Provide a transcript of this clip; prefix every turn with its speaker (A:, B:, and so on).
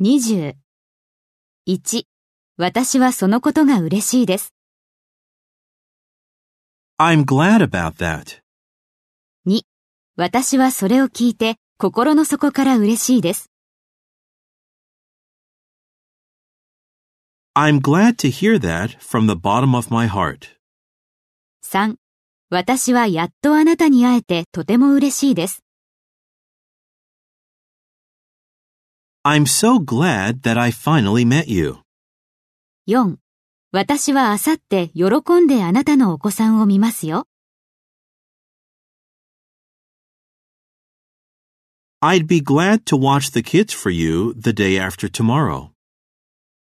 A: 20。1、私はそのことが嬉しいです。
B: I'm glad about that.
A: 2、私はそれを聞いて心の底から嬉しいです。
B: I'm glad to hear that from the bottom of my heart.
A: 3、私はやっとあなたに会えてとても嬉しいです。
B: I'm so glad that I finally met you.
A: 4、私はあさって喜んであなたのお子さんを見ますよ。
B: I'd be glad to watch the kids for you the day after tomorrow.